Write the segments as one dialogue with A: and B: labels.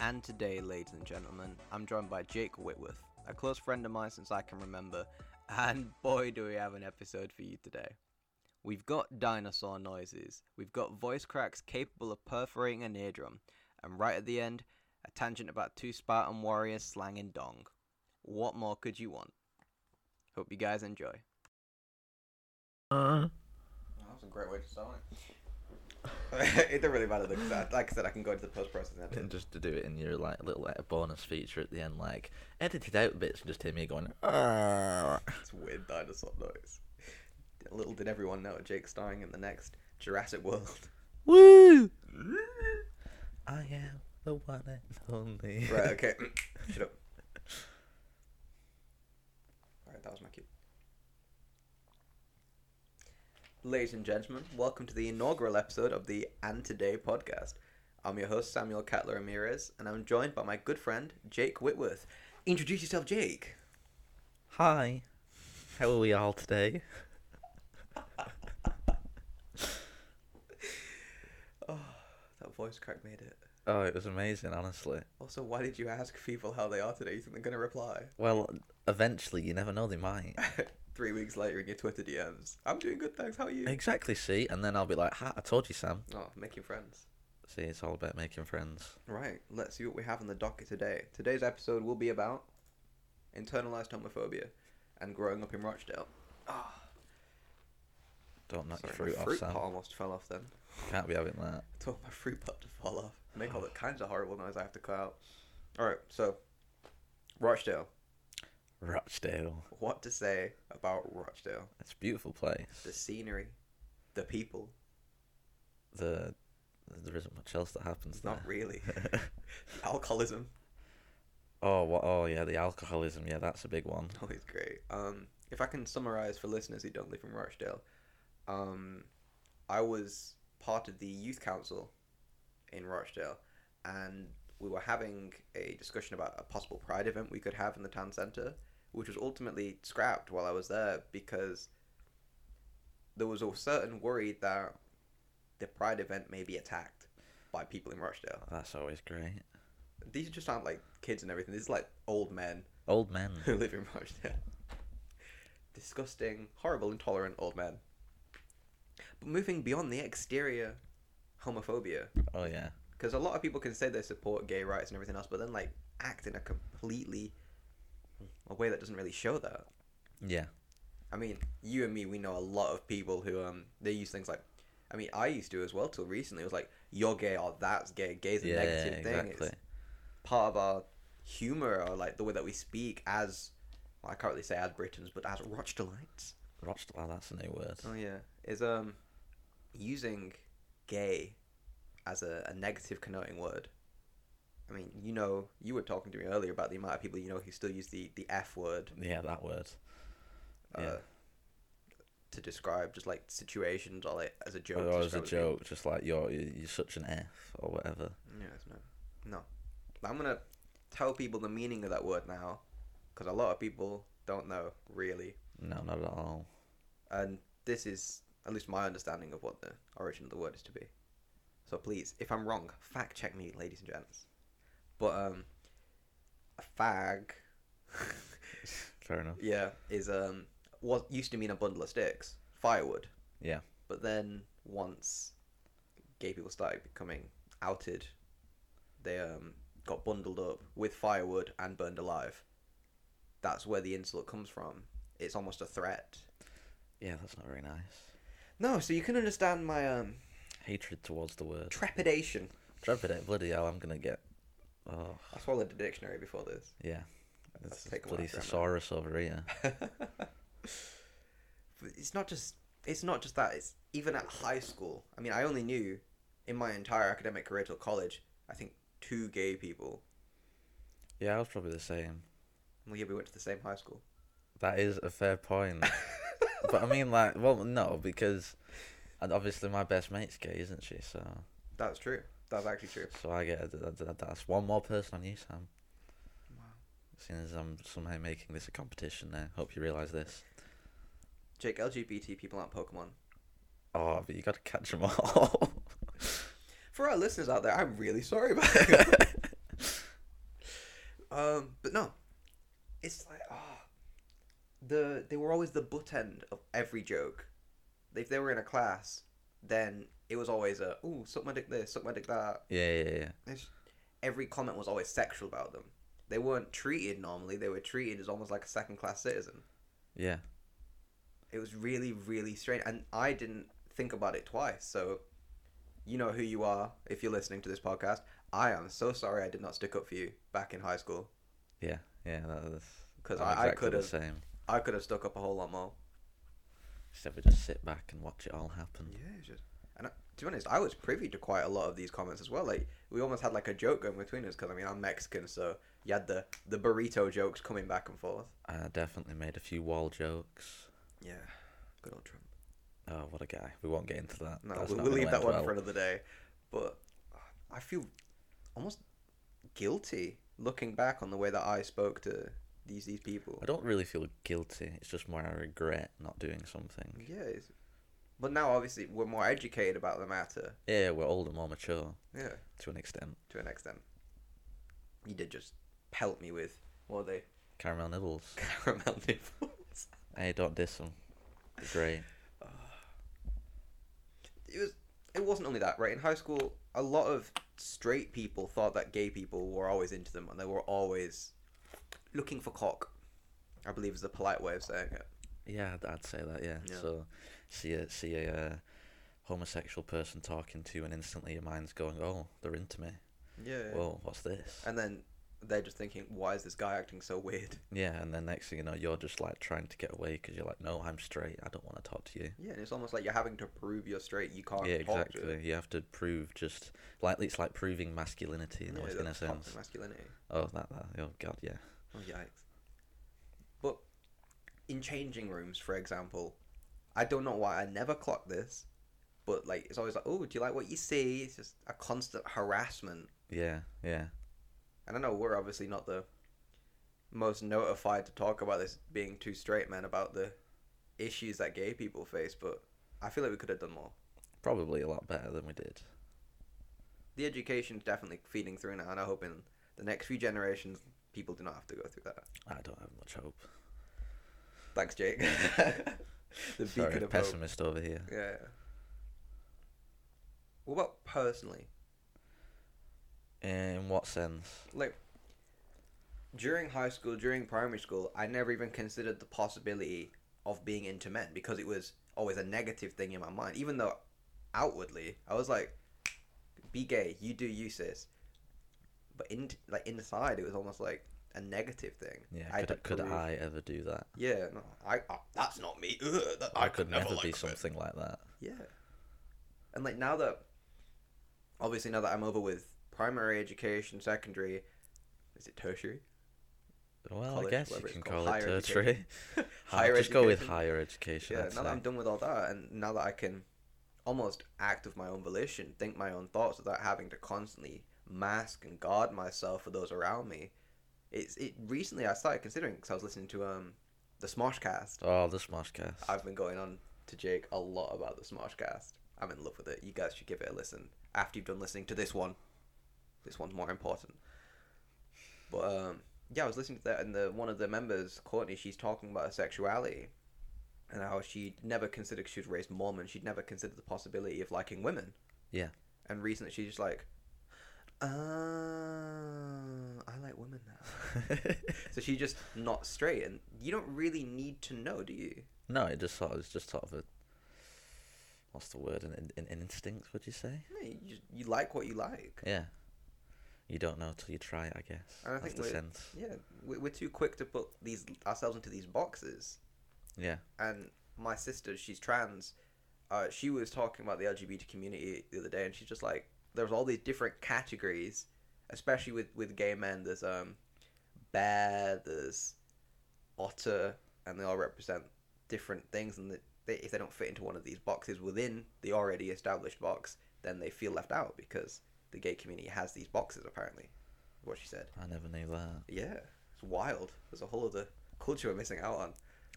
A: and today, ladies and gentlemen, I'm joined by Jake Whitworth, a close friend of mine since I can remember, and boy, do we have an episode for you today. We've got dinosaur noises, we've got voice cracks capable of perforating an eardrum, and right at the end, a tangent about two Spartan warriors slanging dong. What more could you want? Hope you guys enjoy. Uh-huh.
B: Uh,
A: That was a great way to start it. it doesn't really matter because, like I said, I can go into the post process and
B: and just to do it in your like little like, bonus feature at the end, like edited out bits, and just hear me going. "Arr."
A: It's weird dinosaur noise. Little did everyone know, Jake starring in the next Jurassic World.
B: Woo! I am the one and only.
A: Right, okay. Shut up. Alright, that was my cue. Ladies and gentlemen, welcome to the inaugural episode of the And Today podcast. I'm your host, Samuel Catler Ramirez, and I'm joined by my good friend, Jake Whitworth. Introduce yourself, Jake.
B: Hi. How are we all today?
A: That voice crack made it.
B: Oh, it was amazing, honestly.
A: Also, why did you ask people how they are today? You think they're going to reply?
B: Well, eventually, you never know, they might.
A: Three weeks later in your Twitter DMs. I'm doing good, thanks. How are you?
B: Exactly, see? And then I'll be like, ha, I told you, Sam.
A: Oh, making friends.
B: See, it's all about making friends.
A: Right, let's see what we have on the docket today. Today's episode will be about internalized homophobia and growing up in Rochdale.
B: Don't knock
A: Sorry,
B: your fruit
A: my
B: off,
A: fruit
B: Sam.
A: pot almost fell off then.
B: Can't be having that.
A: I told my fruit pot to fall off. Make all the kinds of horrible noise I have to cut out. Alright, so, Rochdale.
B: Rochdale.
A: What to say about Rochdale?
B: It's a beautiful place.
A: The scenery, the people.
B: the there isn't much else that happens there.
A: Not really. Alcoholism.
B: oh, what? Oh, yeah, the alcoholism. Yeah, that's a big one.
A: Always great. Um, if I can summarize for listeners who don't live in Rochdale, um, I was part of the youth council in Rochdale, and we were having a discussion about a possible pride event we could have in the town centre, which was ultimately scrapped while I was there because there was a certain worry that the pride event may be attacked by people in Rochdale.
B: That's always great.
A: These just aren't like kids and everything. These are like old men
B: Old men.
A: who live in Rochdale. Disgusting, horrible, intolerant old men. But moving beyond the exterior homophobia,
B: Oh yeah.
A: because a lot of people can say they support gay rights and everything else, but then like act in a completely a way that doesn't really show that.
B: Yeah.
A: I mean, you and me, we know a lot of people who um they use things like, I mean, I used to as well till recently. It was like you're gay or that's gay. Gay's a
B: Yeah.
A: negative thing. It's-
B: exactly.
A: part of our humor or like the way that we speak as well, I can't really say as Britons, but as Rochdalites.
B: Rochdale. That's a new word.
A: Oh yeah, is um using gay as a, a negative connoting word. I mean, you know, you were talking to me earlier about the amount of people you know who still use the the F word
B: Yeah, that word.
A: uh,
B: Yeah.
A: to describe just like situations or like as a joke.
B: Or
A: to
B: as a
A: describe people.
B: joke, just like you're you- you're such an F or whatever.
A: Yeah, it's no. No. I'm going to tell people the meaning of that word now because a lot of people don't know, really.
B: No, not at all.
A: And this is at least my understanding of what the origin of the word is to be. So please, if I'm wrong, fact check me, ladies and gents. But, um, a fag,
B: Fair enough.
A: yeah, is, um, what used to mean a bundle of sticks, firewood.
B: Yeah.
A: But then once gay people started becoming outed, they um, got bundled up with firewood and burned alive. That's where the insult comes from. It's almost a threat.
B: Yeah, that's not very nice.
A: No, so you can understand my um,
B: Hatred towards the word.
A: trepidation.
B: Trepidate. Bloody hell! I'm gonna get. Oh
A: I swallowed a dictionary before this.
B: yeah. It's
A: take a
B: bloody
A: laugh around that.
B: thesaurus over here.
A: But it's not just it's not just that. It's even at high school. I mean, I only knew in my entire academic career till college, I think two gay people.
B: Yeah, I was probably the same.
A: Well, yeah, we went to the same high school.
B: That is a fair point. but I mean, like, well, no, because and obviously my best mate's gay, isn't she? So,
A: That's true. That's actually true.
B: so I get that, that, that's one more person on you, Sam.
A: Wow.
B: Seeing as I'm somehow making this a competition, now, hope you realise this.
A: Jake, LGBT people aren't Pokemon.
B: Oh, but you got to catch them all.
A: For our listeners out there, I'm really sorry about that. Um, but no, it's like ah, the they were always the butt end of every joke. If they were in a class, then it was always a ooh suck my dick this, suck my dick that.
B: Yeah, yeah, yeah.
A: It's- every comment was always sexual about them. They weren't treated normally. They were treated as almost like a second class citizen.
B: Yeah.
A: It was really, really strange. And I didn't think about it twice. So, you know who you are if you're listening to this podcast. I am so sorry I did not stick up for you back in high school
B: Yeah, yeah, that was.
A: 'Cause
B: I'm
A: I- I
B: exactly
A: could've-
B: the same.
A: I could have stuck up a whole lot more.
B: Instead, we just sit back and watch it all happen.
A: Yeah, it's just. And I, to be honest, I was privy to quite a lot of these comments as well. Like we almost had like a joke going between us because I mean I'm Mexican, so you had the the burrito jokes coming back and forth.
B: I definitely made a few wall jokes.
A: Yeah, good old Trump.
B: Oh, what a guy! We won't get into that.
A: No,
B: That's
A: we'll,
B: not
A: we'll
B: gonna
A: leave that
B: end
A: one
B: well.
A: for another day. But I feel almost guilty looking back on the way that I spoke to these these people.
B: I don't really feel guilty. It's just more I regret not doing something.
A: Yeah, it's, but now obviously we're more educated about the matter.
B: Yeah, we're older, more mature
A: Yeah,
B: to an extent.
A: to an extent. You did just pelt me with what are they
B: Caramel nibbles.
A: caramel nipples.
B: hey, don't diss them. They're great.
A: it was it wasn't only that right in high school a lot of straight people thought that gay people were always into them and they were always looking for cock i believe is the polite way of saying it
B: Yeah, I'd, I'd say that. Yeah.
A: Yeah.
B: So, see a see a uh, homosexual person talking to, you and instantly your mind's going, "Oh, they're into me."
A: yeah
B: Whoa, what's this?
A: and then they're just thinking why is this guy acting so weird
B: Yeah, and then next thing you know, you're just like trying to get away because you're like, no, I'm straight. I don't want to talk to you.
A: yeah and it's almost like you're having to prove you're straight you can't
B: yeah,
A: talk to
B: exactly. You have to prove just like it's like proving masculinity in, a
A: Yeah,
B: way- in a
A: that's toxic
B: sense.
A: masculinity
B: Oh, that, that. Oh God, yeah.
A: Oh yikes! But in changing rooms, for example, I don't know why I never clock this, but like it's always like, oh, do you like what you see? It's just a constant harassment,
B: Yeah, yeah.
A: and I know we're obviously not the most notified to talk about this, being two straight men about the issues that gay people face, but I feel like we could have done more.
B: Probably a lot better than we did.
A: The education's definitely feeding through now, and I hope in the next few generations, people do not have to go through that.
B: I don't have much hope.
A: Thanks, Jake. the
B: Sorry,
A: beacon of hope.
B: pessimist over here.
A: Yeah. What about personally?
B: In what sense?
A: Like, during high school, during primary school, I never even considered the possibility of being into men because it was always a negative thing in my mind. Even though outwardly, I was like, be gay, you do you, sis. But in, like inside, it was almost like a negative thing.
B: Yeah.
A: I had to
B: could could
A: prove-
B: I ever do that?
A: Yeah, no, I, I that's not me. Ugh, that, I, could never,
B: be
A: like it.
B: something like that.
A: Yeah. And like now that obviously now that I'm over with primary education, secondary is it tertiary?
B: Well,
A: College,
B: I guess you
A: whatever it's
B: can
A: called,
B: call it
A: higher education.
B: tertiary.
A: Higher
B: just go with
A: education.
B: higher education.
A: Yeah,
B: I'd
A: now that
B: say.
A: I'm done with all that and now that I can almost act of my own volition, think my own thoughts without having to constantly mask and guard myself for those around me. It's it recently I started considering because I was listening to um the Smoshcast.
B: Oh, the Smashcast.
A: I've been going on to Jake a lot about the Smoshcast. I'm in love with it. You guys should give it a listen after you've done listening to this one. This one's more important. But um, yeah, I was listening to that, and the one of the members, Courtney, she's talking about her sexuality and how she never considered she was raised Mormon. She'd never considered the possibility of liking women.
B: Yeah.
A: And recently, she's just like, uh, I like women now. so she's just not straight, and you don't really need to know, do you?
B: No, it just sort of, it's just sort of a what's the word? An, an, an instinct, would you say?
A: Yeah, you, just, you like what you like.
B: Yeah. You don't know till you try it, I guess.
A: And I
B: That's
A: think
B: the
A: we're-
B: sense.
A: Yeah, we- we're too quick to put these ourselves into these boxes.
B: Yeah.
A: And my sister, she's trans. Uh, she was talking about the LGBT community the other day, and she's just like, there's all these different categories, especially with with gay men. There's um, bear, there's otter, and they all represent different things. And they, if they don't fit into one of these boxes within the already established box, then they feel left out because the gay community has these boxes. Apparently, is what she said.
B: I never knew that.
A: Yeah, it's wild. There's a whole other culture we're missing out on,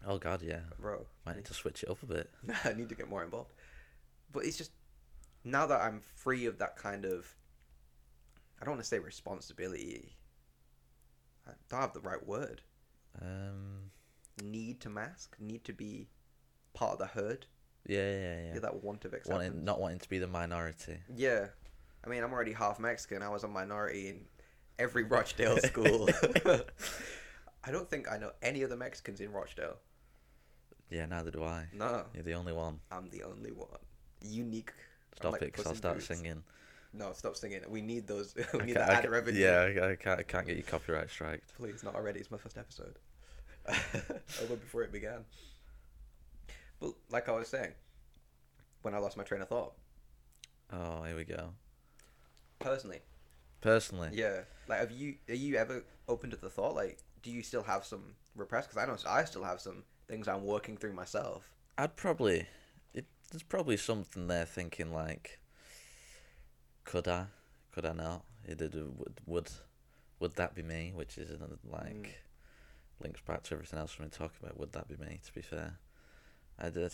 B: Oh god, yeah.
A: bro.
B: Might need to switch it up a bit.
A: I need to get more involved. But it's just now that I'm free of that kind of, I don't want to say responsibility. I don't have the right word.
B: Um.
A: Need to mask, need to be part of the herd.
B: Yeah, yeah, yeah.
A: Yeah, that want of acceptance.
B: wanting, not wanting to be the minority.
A: Yeah. I mean, I'm already half Mexican. I was a minority in every Rochdale school. I don't think I know any other Mexicans in Rochdale.
B: Yeah, neither do I.
A: No,
B: You're the only one.
A: I'm the only one. Unique. I'm
B: Stop
A: like
B: it, because
A: Puss
B: I'll
A: in
B: start
A: Boots.
B: singing.
A: No, stop singing. We need those.
B: I
A: we need
B: can't-
A: that
B: I
A: ad
B: can't-
A: revenue.
B: Yeah, I- I can't, I can't get you copyright striked.
A: Please, not already. It's my first episode. Over before it began. But like I was saying, when I lost my train of thought,
B: Oh, here we go.
A: personally,
B: Personally,
A: Yeah, like have you are you ever open to the thought like do you still have some repressed? Because I know s- I still have some things I'm working through myself.
B: I'd probably. It, there's probably something there thinking like, could I? Could I not? It did. Would would, would that be me? Which is another like,
A: Mm.
B: links back to everything else we've been talking about. Would that be me? To be fair, I did.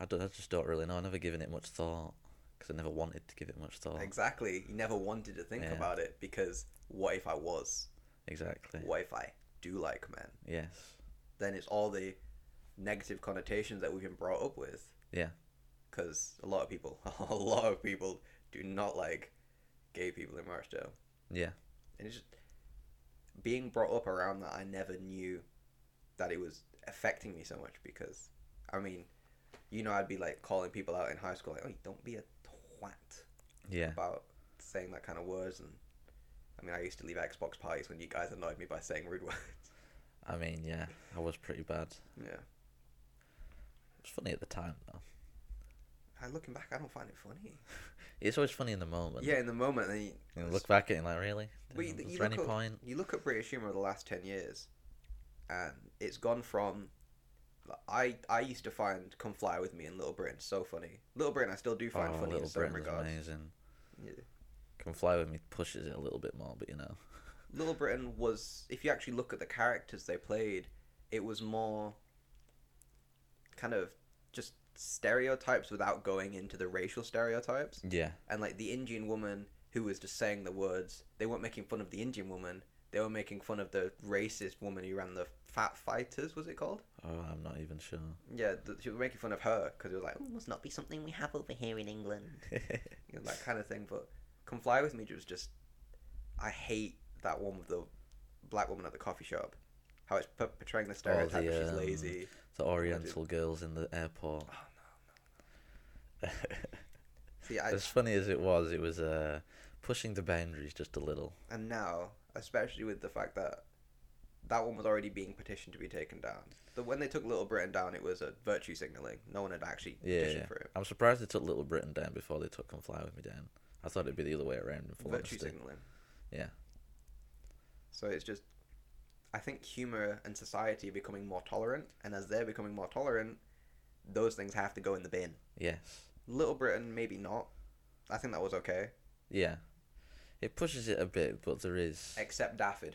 B: I, don't, I just don't really know. I never given it much thought because I never wanted to give it much thought.
A: Exactly, you never wanted to think
B: Oh. Yeah.
A: about it because what if I was?
B: exactly.
A: What if I do like men?
B: Yes.
A: Then it's all the negative connotations that we've been brought up with.
B: Yeah.
A: Because a lot of people, a lot of people do not like gay people in Rochdale.
B: Yeah.
A: and it's just being brought up around that i never knew that it was affecting me so much because i mean you know i'd be like calling people out in high school like oh don't be a twat
B: Yeah.
A: about saying that kind of words and i mean i used to leave xbox parties when you guys annoyed me by saying rude words
B: I mean, yeah. I was pretty bad.
A: yeah
B: It's funny at the time though.
A: and looking back i don't find it funny
B: It's always funny in the moment.
A: yeah in the moment then you,
B: You know, look back at it and like, really?
A: Well, you-
B: Was
A: you
B: there any
A: look at-
B: point?
A: you look at British humor of the last ten years, and it's gone from. I I used to find "Come Fly with Me" and Little Britain so funny. Little Britain, I still do find
B: Oh,
A: funny in
B: Little
A: some
B: Britain's
A: regards.
B: amazing.
A: Yeah.
B: Can fly with me pushes it a little bit more, but you know.
A: Little Britain was, if you actually look at the characters they played, it was more kind of just stereotypes without going into the racial stereotypes.
B: Yeah,
A: and like the Indian woman who was just saying the words, they weren't making fun of the Indian woman. They were making fun of the racist woman who ran the Fat Fighters. Was it called?
B: oh, I'm not even sure.
A: Yeah, th- she was making fun of her because it was like "Oh, must not be something we have over here in England, you know, that kind of thing. But "Come Fly with Me" was just, I hate that one with the black woman at the coffee shop. How it's p- portraying the stereotype that she's
B: um,
A: lazy.
B: the Oriental girls in the airport.
A: Oh, See, I,
B: as funny as it was, it was uh, pushing the boundaries just a little.
A: and now, especially with the fact that that one was already being petitioned to be taken down. The when they took Little Britain down, it was a virtue signaling. No one had actually
B: Yeah,
A: petitioned
B: yeah.
A: for it.
B: I'm surprised they took Little Britain down before they took Can Fly with Me down. I thought it'd be the other way around. In full
A: virtue
B: honesty.
A: signaling.
B: Yeah.
A: So it's just, I think humor and society are becoming more tolerant, and as they're becoming more tolerant, those things have to go in the bin.
B: Yes.
A: Little Britain, maybe not. I think that was okay,
B: Yeah. It pushes it a bit, but there is.
A: except Daffod.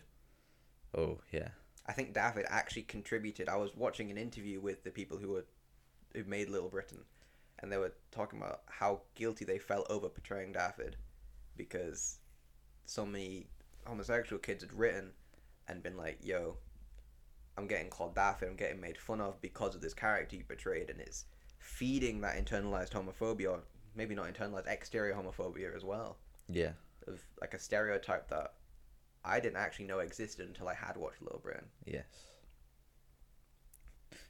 B: Oh yeah.
A: I think David actually contributed. I was watching an interview with the people who were who made Little Britain, and they were talking about how guilty they felt over portraying David because so many homosexual kids had written and been like, "Yo, I'm getting called David. I'm getting made fun of because of this character you portrayed," and it's feeding that internalized homophobia, or maybe not internalized exterior homophobia as well,
B: Yeah.
A: of like a stereotype that I didn't actually know existed until I had watched Little Britain.
B: Yes.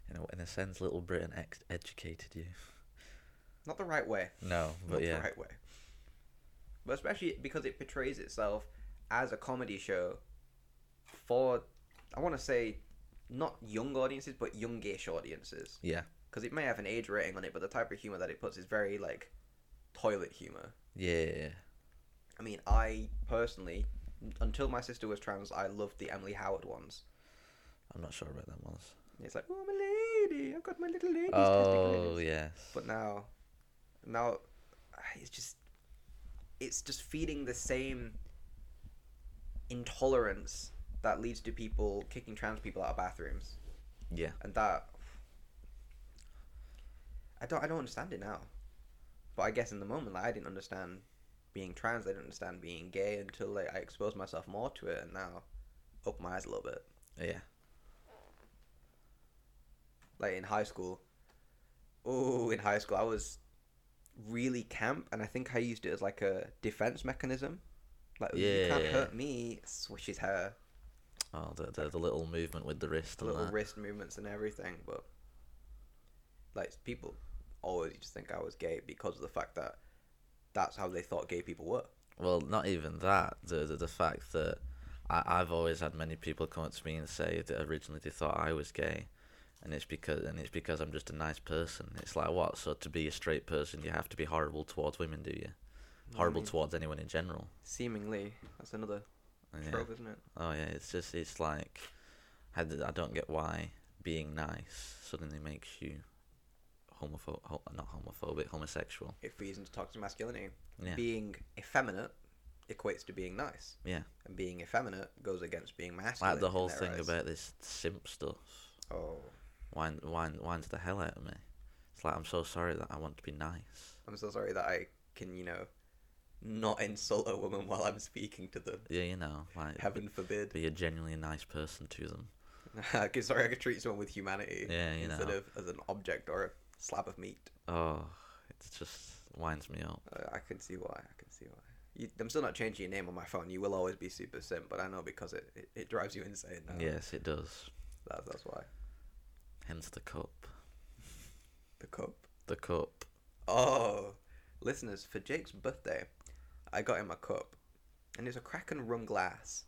B: In a, in a sense, Little Britain ex- educated you.
A: not the right way,
B: No,
A: not
B: but yeah,
A: the right way. But especially because it portrays itself as a comedy show for, I want to say, not young audiences, but youngish audiences.
B: yeah,
A: Because it may have an age rating on it, but the type of humor that it puts is very like toilet humor.
B: yeah,
A: I mean, I personally, until my sister was trans, I loved the Emily Howard ones.
B: I'm not sure about that one.
A: It's like, oh, I'm a lady. I've got my little lady's testicles.
B: Oh yes,
A: But now, now, ah, it's just, it's just feeding the same intolerance that leads to people kicking trans people out of bathrooms,
B: yeah,
A: and that I don't, I don't understand it now. But I guess in the moment, like, I didn't understand being trans. I didn't understand being gay until like, I exposed myself more to it, and now opened my eyes a little bit.
B: Yeah.
A: Like in high school, oh, in high school I was really camp, and I think I used it as like a defense mechanism. Like "Ooh, you can't
B: Yeah.
A: hurt me. Swishes her
B: Oh, the, the, the little movement with the wrist and
A: little
B: that.
A: wrist movements and everything, but like people always just think I was gay because of the fact that that's how they thought gay people were.
B: Well, not even that. The the, the fact that I, I've always had many people come up to me and say that originally they thought I was gay, and it's because and it's because I'm just a nice person. It's like what? So to be a straight person, you have to be horrible towards women, do you? Horrible towards anyone in general.
A: Seemingly, that's another
B: Yeah.
A: trope, isn't it?
B: Oh yeah, it's just it's like I, d- I don't get why being nice suddenly makes you homopho ho- not homophobic homosexual.
A: It feeds into toxic masculinity.
B: Yeah.
A: Being effeminate equates to being nice,
B: Yeah,
A: and being effeminate goes against being masculine.
B: like the
A: in
B: whole
A: their
B: thing
A: eyes.
B: about this simp stuff.
A: oh,
B: wind, wind, winds the hell out of me. It's like I'm so sorry that I want to be nice.
A: I'm so sorry that I can you know not insult a woman while I'm speaking to them.
B: Yeah, you know, like
A: Heaven forbid.
B: be a genuinely nice person to them.
A: Okay, sorry, I could treat someone with humanity
B: Yeah, you
A: instead
B: know.
A: of as an object or a slab of meat.
B: Oh, it just winds me up.
A: Uh, I can see why. I can see why. You, I'm still not changing your name on my phone. You will always be Super Sim, but I know because it, it, it drives you insane now.
B: Yes, it does.
A: That, that's why.
B: Hence the cup.
A: The cup.
B: The cup.
A: Oh, listeners, for Jake's birthday, I got him a cup, and it's a Kraken rum glass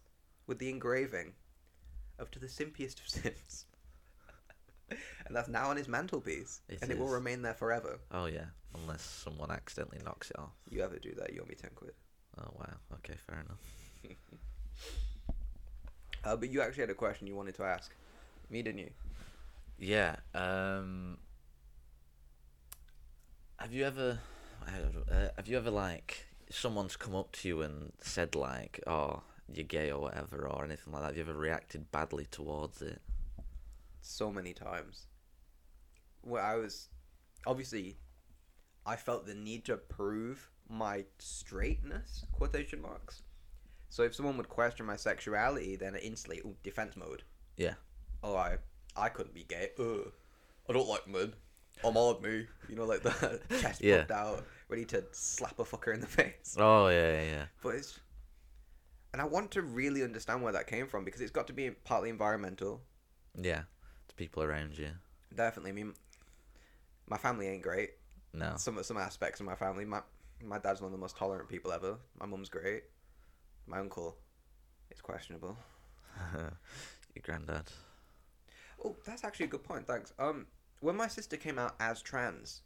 A: with the engraving of to the simpiest of Sims. and that's now on his mantelpiece,
B: It
A: and it will
B: is.
A: remain there forever.
B: Oh yeah, unless someone accidentally knocks it off.
A: You ever do that, you owe me 10 quid.
B: Oh wow. Okay, fair enough.
A: Uh, but you actually had a question you wanted to ask me, didn't you?
B: Yeah. Um. Have you ever, I don't know, uh, have you ever like someone's come up to you and said like, "Oh, you're gay" or whatever, or anything like that? Have you ever reacted badly towards it?
A: So many times. Where I was. Obviously, I felt the need to prove my straightness, quotation marks. So if someone would question my sexuality, then instantly, ooh, defense mode.
B: Yeah.
A: Oh, I, I couldn't be gay. Ugh. I don't like men. I'm all of me. You know, like that. Chest
B: Yeah.
A: puffed out, ready to slap a fucker in the face.
B: Oh yeah, yeah, yeah.
A: But it's, and I want to really understand where that came from because it's got to be partly environmental.
B: yeah. To people around you.
A: Definitely, I mean, my family ain't great.
B: No.
A: Some some aspects of my family, my my dad's one of the most tolerant people ever. My mum's great. My uncle is questionable.
B: Your granddad.
A: Oh, that's actually a good point. Thanks. Um, when my sister came out as trans,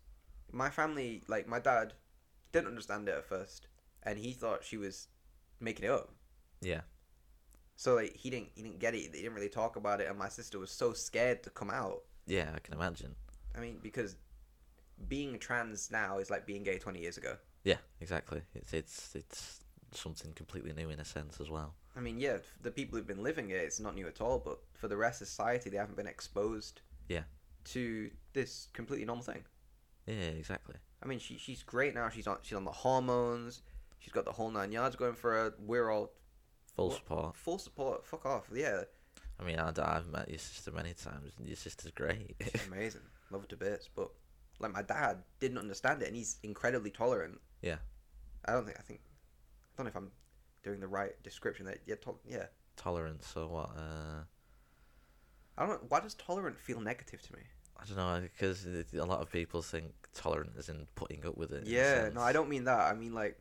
A: my family, like my dad, didn't understand it at first, and he thought she was making it up.
B: Yeah.
A: So like he didn't he didn't get it. They didn't really talk about it, and my sister was so scared to come out.
B: Yeah, I can imagine.
A: I mean, because being trans now is like being gay twenty years ago.
B: Yeah, exactly. It's it's it's something completely new in a sense as well.
A: I mean, yeah, f- the people who've been living it, it's not new at all. But for the rest of society, they haven't been exposed.
B: Yeah.
A: To this completely normal thing.
B: Yeah, exactly.
A: I mean, she she's great now. She's on she's on the hormones. She's got the whole nine yards going for her. We're all
B: Full
A: What-
B: support.
A: full support. Fuck off. Yeah,
B: I mean, I, I've met your sister many times, and your sister's great.
A: she's amazing. Love her to bits. But like my dad didn't understand it, and he's incredibly tolerant.
B: Yeah.
A: I don't think I think I don't know if I'm doing the right description. That yeah, tol- yeah.
B: tolerance or what? Uh,
A: I don't. Why does tolerant feel negative to me?
B: I don't know because a lot of people think tolerant is in putting up with it. in a
A: Yeah,
B: sense.
A: no, I don't mean that. I mean like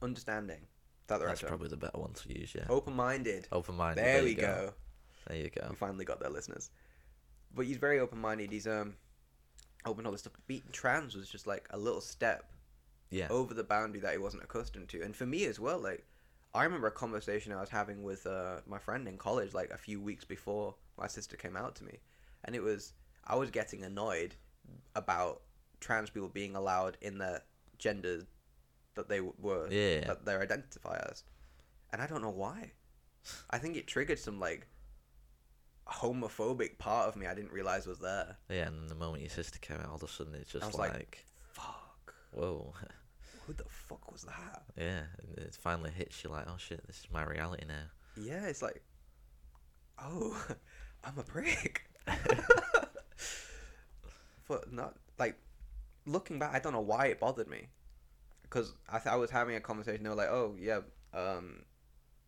A: understanding. Is that the right
B: That's
A: term?
B: probably the better one to use. Yeah,
A: Open minded.
B: open minded.
A: Oh, There, we go.
B: There you go.
A: We finally got there, listeners. But he's very open minded. He's um open to all this stuff. Beating trans was just like a little step
B: Yeah.
A: over the boundary that he wasn't accustomed to, and for me as well. Like I remember a conversation I was having with uh, my friend in college, like a few weeks before my sister came out to me, and it was I was getting annoyed about trans people being allowed in the gender that they w- were
B: Yeah.
A: that they identify as, and I don't know why. I think it triggered some like homophobic part of me I didn't realize was there.
B: Yeah, and the moment your sister came out, all of a sudden it's just
A: was
B: like,
A: like- Fuck.
B: whoa,
A: Who the fuck was that?
B: yeah. and It finally hits you like, oh shit, this is my reality now.
A: Yeah, it's like oh, I'm a prick. but not like looking back, I don't know why it bothered me. Because I, th- I was having a conversation. They were like, "Oh yeah, um,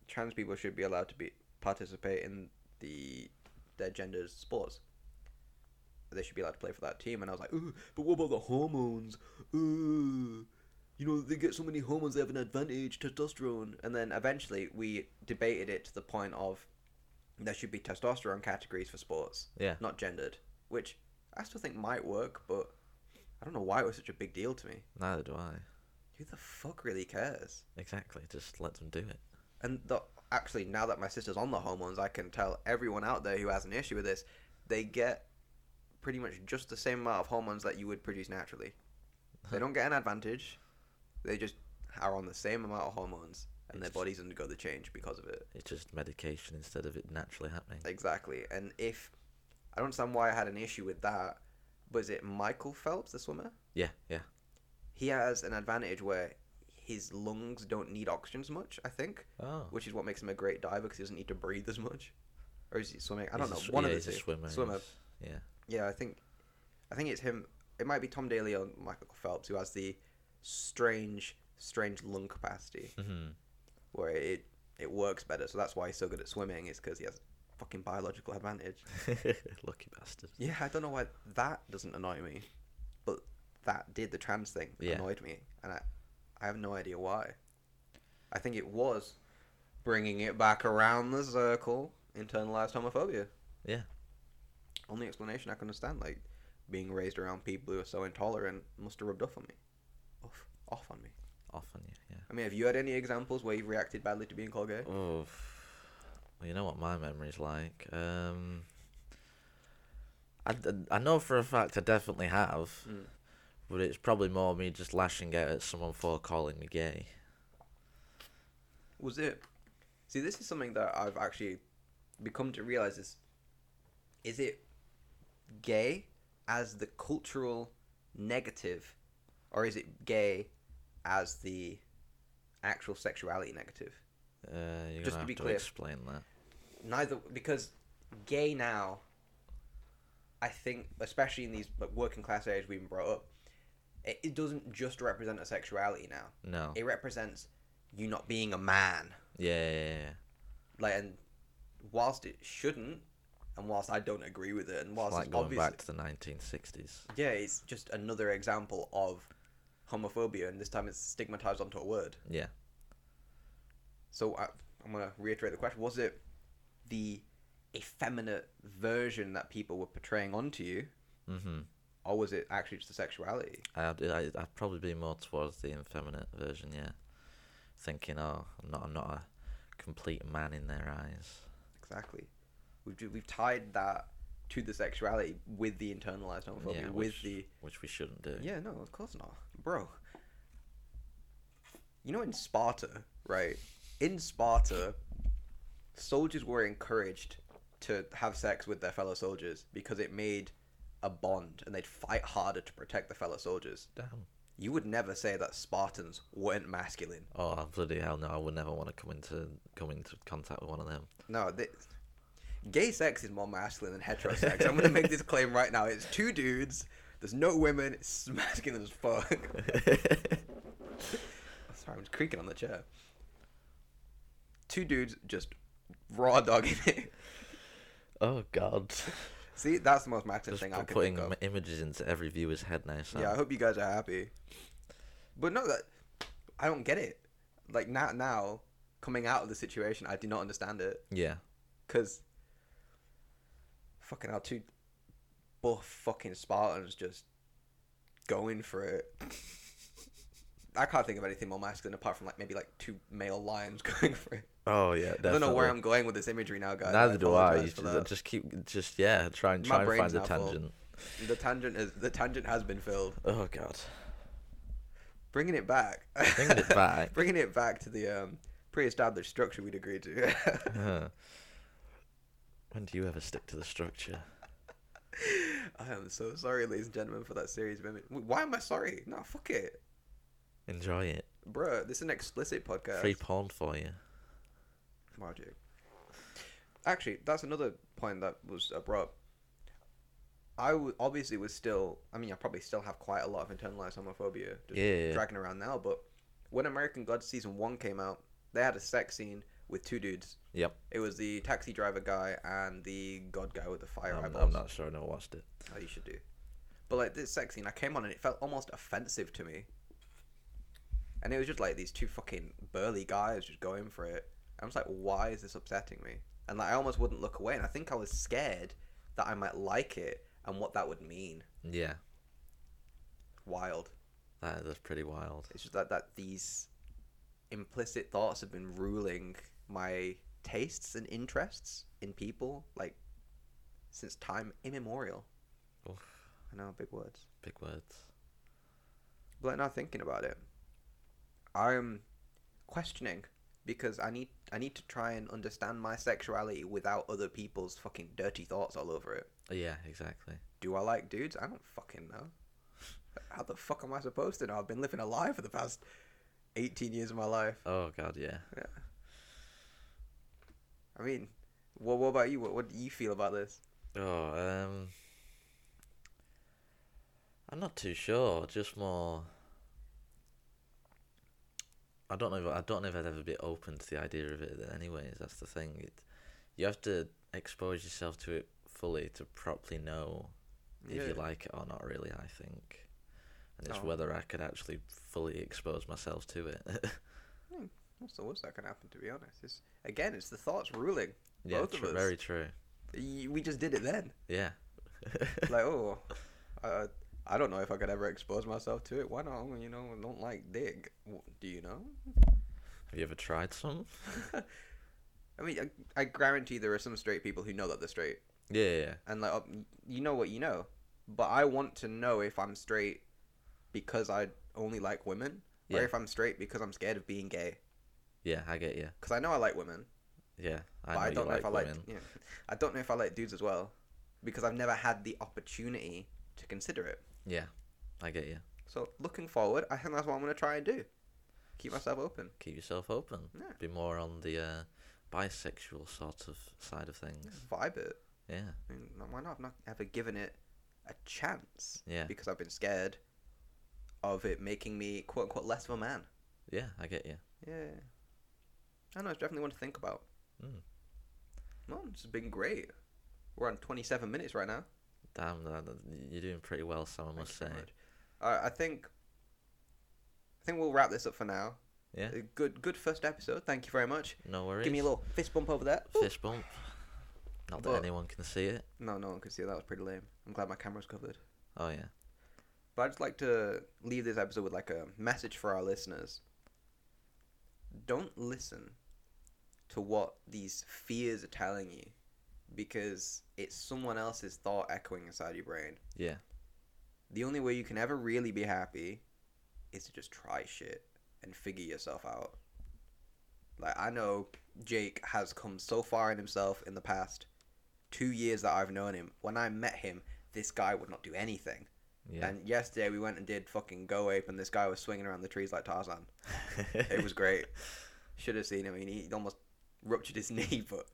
A: trans people should be allowed to be participate in the their gender's sports. They should be allowed to play for that team." And I was like, "Ooh, but what about the hormones? Ooh, you know they get so many hormones, they have an advantage, testosterone." And then eventually we debated it to the point of there should be testosterone categories for sports,
B: Yeah.
A: not gendered, which I still think might work, but I don't know why it was such a big deal to me.
B: Neither do I.
A: Who the fuck really cares?
B: Exactly. Just let them do it.
A: And the, actually, now that my sister's on the hormones, I can tell everyone out there who has an issue with this, they get pretty much just the same amount of hormones that you would produce naturally. They don't get an advantage. They just are on the same amount of hormones, and their
B: It's-
A: bodies undergo the change because of it.
B: It's just medication instead of it naturally happening.
A: Exactly. And if I don't understand why I had an issue with that, was it Michael Phelps, the swimmer?
B: Yeah, yeah.
A: He has an advantage where his lungs don't need oxygen as much. I think.
B: Oh.
A: which is what makes him a great diver because he doesn't need to breathe as much. Or is he swimming? I
B: He's
A: don't
B: a
A: know.
B: sw-
A: One
B: yeah,
A: of
B: he's
A: the
B: a
A: two.
B: swimmer.
A: Swimmer.
B: he's- Yeah.
A: Yeah, I think, I think it's him. It might be Tom Daly or Michael Phelps who has the strange, strange lung capacity
B: hmm
A: where it it works better. So that's why he's so good at swimming. Is because he has fucking biological advantage.
B: Lucky bastard.
A: Yeah, I don't know why that doesn't annoy me, but that did the trans thing
B: Yeah.
A: annoyed me, and I, I have no idea why. I think it was bringing it back around the circle, internalized homophobia.
B: Yeah.
A: Only explanation I can understand, like being raised around people who are so intolerant, must have rubbed off on me, off off on me.
B: Off on you. Yeah.
A: I mean, have you had any examples where you've reacted badly to being called gay?
B: Oh. Well, you know what my memory's like. Um. I, d- I know for a fact I definitely have,
A: Mm.
B: but it's probably more me just lashing out at someone for calling me gay.
A: was it see this is something that i've actually become to realize is is it gay as the cultural negative or is it gay as the actual sexuality negative
B: Uh, you're
A: Just to
B: gonna have
A: be
B: to
A: clear.
B: explain that.
A: neither because gay now i think especially in these like, working class areas we've been brought up it, it doesn't just represent a sexuality now
B: No.
A: it represents you not being a man
B: Yeah, yeah, yeah, yeah.
A: like and whilst it shouldn't and whilst i don't agree with it and
B: It's
A: whilst
B: like
A: it's
B: going
A: obviously
B: back to the 1960s.
A: yeah it's just another example of homophobia and this time it's stigmatized onto a word
B: Yeah.
A: so I, i'm going to reiterate the question was it the effeminate version that people were portraying onto you
B: Mm-hmm.
A: or was it actually just the sexuality
B: I'd, I'd, I'd probably be more towards the effeminate version, yeah. Thinking, oh, I'm not, I'm not a complete man in their eyes.
A: exactly we've, ju- we've tied that to the sexuality with the internalized homophobia
B: yeah,
A: with
B: which,
A: the
B: which we shouldn't do.
A: Yeah, no, of course not. Bro. You know, in Sparta, right? In Sparta, soldiers were encouraged to have sex with their fellow soldiers because it made a bond and they'd fight harder to protect the fellow soldiers.
B: Damn.
A: You would never say that Spartans weren't masculine.
B: Oh bloody hell! No, I would never want to come into come into contact with one of them.
A: No, they, gay sex is more masculine than heterosex. I'm going to make this claim right now. It's two dudes, there's no women, it's masculine as fuck. Sorry, I'm just creaking on the chair. Two dudes just raw dogging it.
B: oh God!
A: See, that's the most masculine
B: Just
A: thing I
B: put-
A: could
B: putting
A: think of.
B: im- images into every viewer's head now. So.
A: Yeah, I hope you guys are happy. But no, that I don't get it. Like now, now coming out of the situation, I do not understand it
B: yeah.
A: because fucking hell, two buff fucking Spartans just going for it. I can't think of anything more masculine apart from like maybe like two male lions going for it.
B: Oh yeah. Definitely.
A: I don't know where I'm going with this imagery now, guys.
B: Neither do I.
A: apologize
B: You
A: for
B: Just,
A: that.
B: just keep, just yeah, try and
A: My
B: try and
A: brain's
B: find a
A: now full.
B: tangent.
A: The tangent is the tangent has been filled.
B: Oh God!
A: Bringing it back.
B: Bringing it back.
A: Bringing it back to the um, pre-established structure we'd agreed to.
B: Huh. when do you ever stick to the structure?
A: I am so sorry, ladies and gentlemen, for that series. of women. Why am I sorry? No, fuck it,
B: Enjoy it.
A: Bruh, This is an explicit podcast.
B: Free porn for you.
A: Come on, Jake. Actually, that's another point that was uh, brought up. I w- obviously was still, I mean, I probably still have quite a lot of internalized homophobia just
B: Yeah.
A: dragging around now, but when American Gods Season 1 came out, they had a sex scene with two dudes.
B: Yep.
A: It was the taxi driver guy and the god guy with the fire
B: I'm,
A: eyeballs.
B: I'm not sure I never watched it.
A: Oh, you should do. But like this sex scene, I came on and it felt almost offensive to me. And it was just like these two fucking burly guys just going for it. I was like, why is this upsetting me? And like I almost wouldn't look away, and I think I was scared that I might like it and what that would mean.
B: Yeah,
A: Wild.
B: that, that's pretty wild.
A: It's just that that these implicit thoughts have been ruling my tastes and interests in people like since time immemorial.
B: Oof.
A: I know, big words.
B: Big words.
A: But like, now thinking about it, I'm questioning because I need I need to try and understand my sexuality without other people's fucking dirty thoughts all over it.
B: Yeah, exactly.
A: Do I like dudes? I don't fucking know. How the fuck am I supposed to know? I've been living a lie for the past eighteen years of my life.
B: Oh god, yeah.
A: I mean, what what about you? What what do you feel about this?
B: Oh, um, I'm not too sure. Just more. I don't know. If, I don't know if I'd ever be open to the idea of it. Anyways, that's the thing. It, you have to expose yourself to it fully to properly know if you like it or not. Really, I think, and it's
A: Oh.
B: whether I could actually fully expose myself to it.
A: What's the worst that can happen? To be honest, it's, again, it's the thoughts ruling.
B: yeah,
A: Both of
B: tru-
A: us.
B: very true.
A: Y- We just did it then.
B: Yeah.
A: like oh I, I don't know if i could ever expose myself to it why not Oh, you know I don't like dick W- do you know
B: Have you ever tried some?
A: i mean I, I guarantee there are some straight people who know that they're straight
B: Yeah, yeah, yeah.
A: and like oh, you know what you know but i want to know if i'm straight because i only like women or
B: Yeah.
A: if i'm straight because i'm scared of being gay
B: Yeah, I get you.
A: because i know i like women
B: Yeah,
A: but
B: I know
A: i,
B: you
A: don't know
B: like
A: if i like
B: women.
A: yeah. i don't know if i like dudes as well because i've never had the opportunity to consider it
B: Yeah, I get you.
A: So looking forward, I think that's what I'm going to try and do. Keep myself open.
B: Keep yourself open.
A: Yeah.
B: Be more on the uh, bisexual sort of side of things.
A: Vibe it.
B: Yeah,
A: I mean, no- why not? I've not ever given it a chance.
B: Yeah.
A: Because I've been scared of it making me quote unquote less of a man.
B: yeah, I get you.
A: Yeah. I know it's definitely one to think about.
B: Mm.
A: Well, it's been great. We're on 27 minutes right now.
B: Damn, that, that- you're doing pretty well, Sam. I
A: Thank
B: must
A: you
B: say.
A: very much. Uh, I think. I think we'll wrap this up for now.
B: Yeah.
A: A good, good first episode. Thank you very much.
B: No worries.
A: Give me a little fist bump over there. Ooh.
B: fist bump. Not that
A: But-
B: anyone can see it.
A: No, no one could see that. That was pretty lame. I'm glad my camera's covered.
B: Oh yeah.
A: But I'd just like to leave this episode with like a message for our listeners. Don't listen to what these fears are telling you because it's someone else's thought echoing inside your brain.
B: Yeah.
A: The only way you can ever really be happy is to just try shit and figure yourself out. Like I know Jake has come so far in himself in the past 2 years that I've known him. When I met him, this guy would not do anything.
B: Yeah.
A: And yesterday we went and did fucking Go Ape, and this guy was swinging around the trees like Tarzan. It was great. Should have seen him. I mean, he almost ruptured his knee, but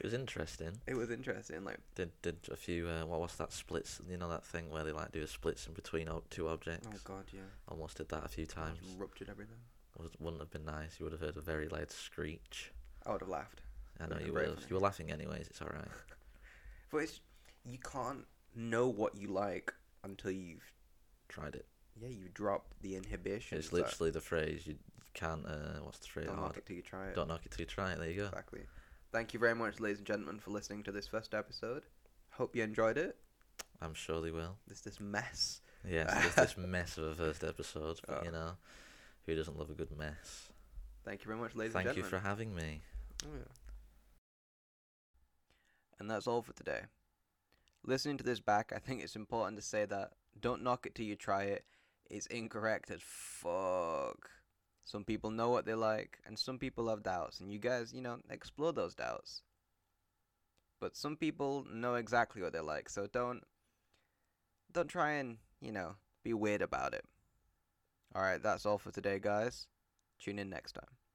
B: it was interesting.
A: it was interesting. Like,
B: Did did a few. Uh, what was that splits? You know that thing where they like do a splits in between o- two objects.
A: oh god, yeah,
B: Almost did that a few times.
A: Almost ruptured everything.
B: Was, wouldn't have been nice. You would have heard a very loud screech.
A: I would have laughed.
B: I know
A: Yeah, very
B: you would have.
A: funny.
B: You were laughing anyways. It's all right.
A: But it's you can't know what you like until you've
B: Tried it.
A: yeah you dropped the inhibition.
B: It's literally the phrase you can't. Uh, what's the phrase?
A: don't
B: Oh,
A: knock it till you try it.
B: don't knock it till you try it. There you go.
A: Exactly. Thank you very much, ladies and gentlemen, for listening to this first episode. Hope you enjoyed it.
B: I'm sure they will.
A: This this mess.
B: Yeah, so there's this mess of a first episode, but
A: Oh.
B: you know, who doesn't love a good mess?
A: Thank you very much, ladies
B: Thank
A: and
B: you
A: gentlemen.
B: for having me.
A: Oh, yeah. And that's all for today. Listening to this back, I think it's important to say that don't knock it till you try it. It's incorrect as fuck. Some people know what they like, and some people have doubts, and you guys, you know, explore those doubts. But some people know exactly what they like, so don't don't try and, you know, be weird about it. Alright, that's all for today, guys. Tune in next time.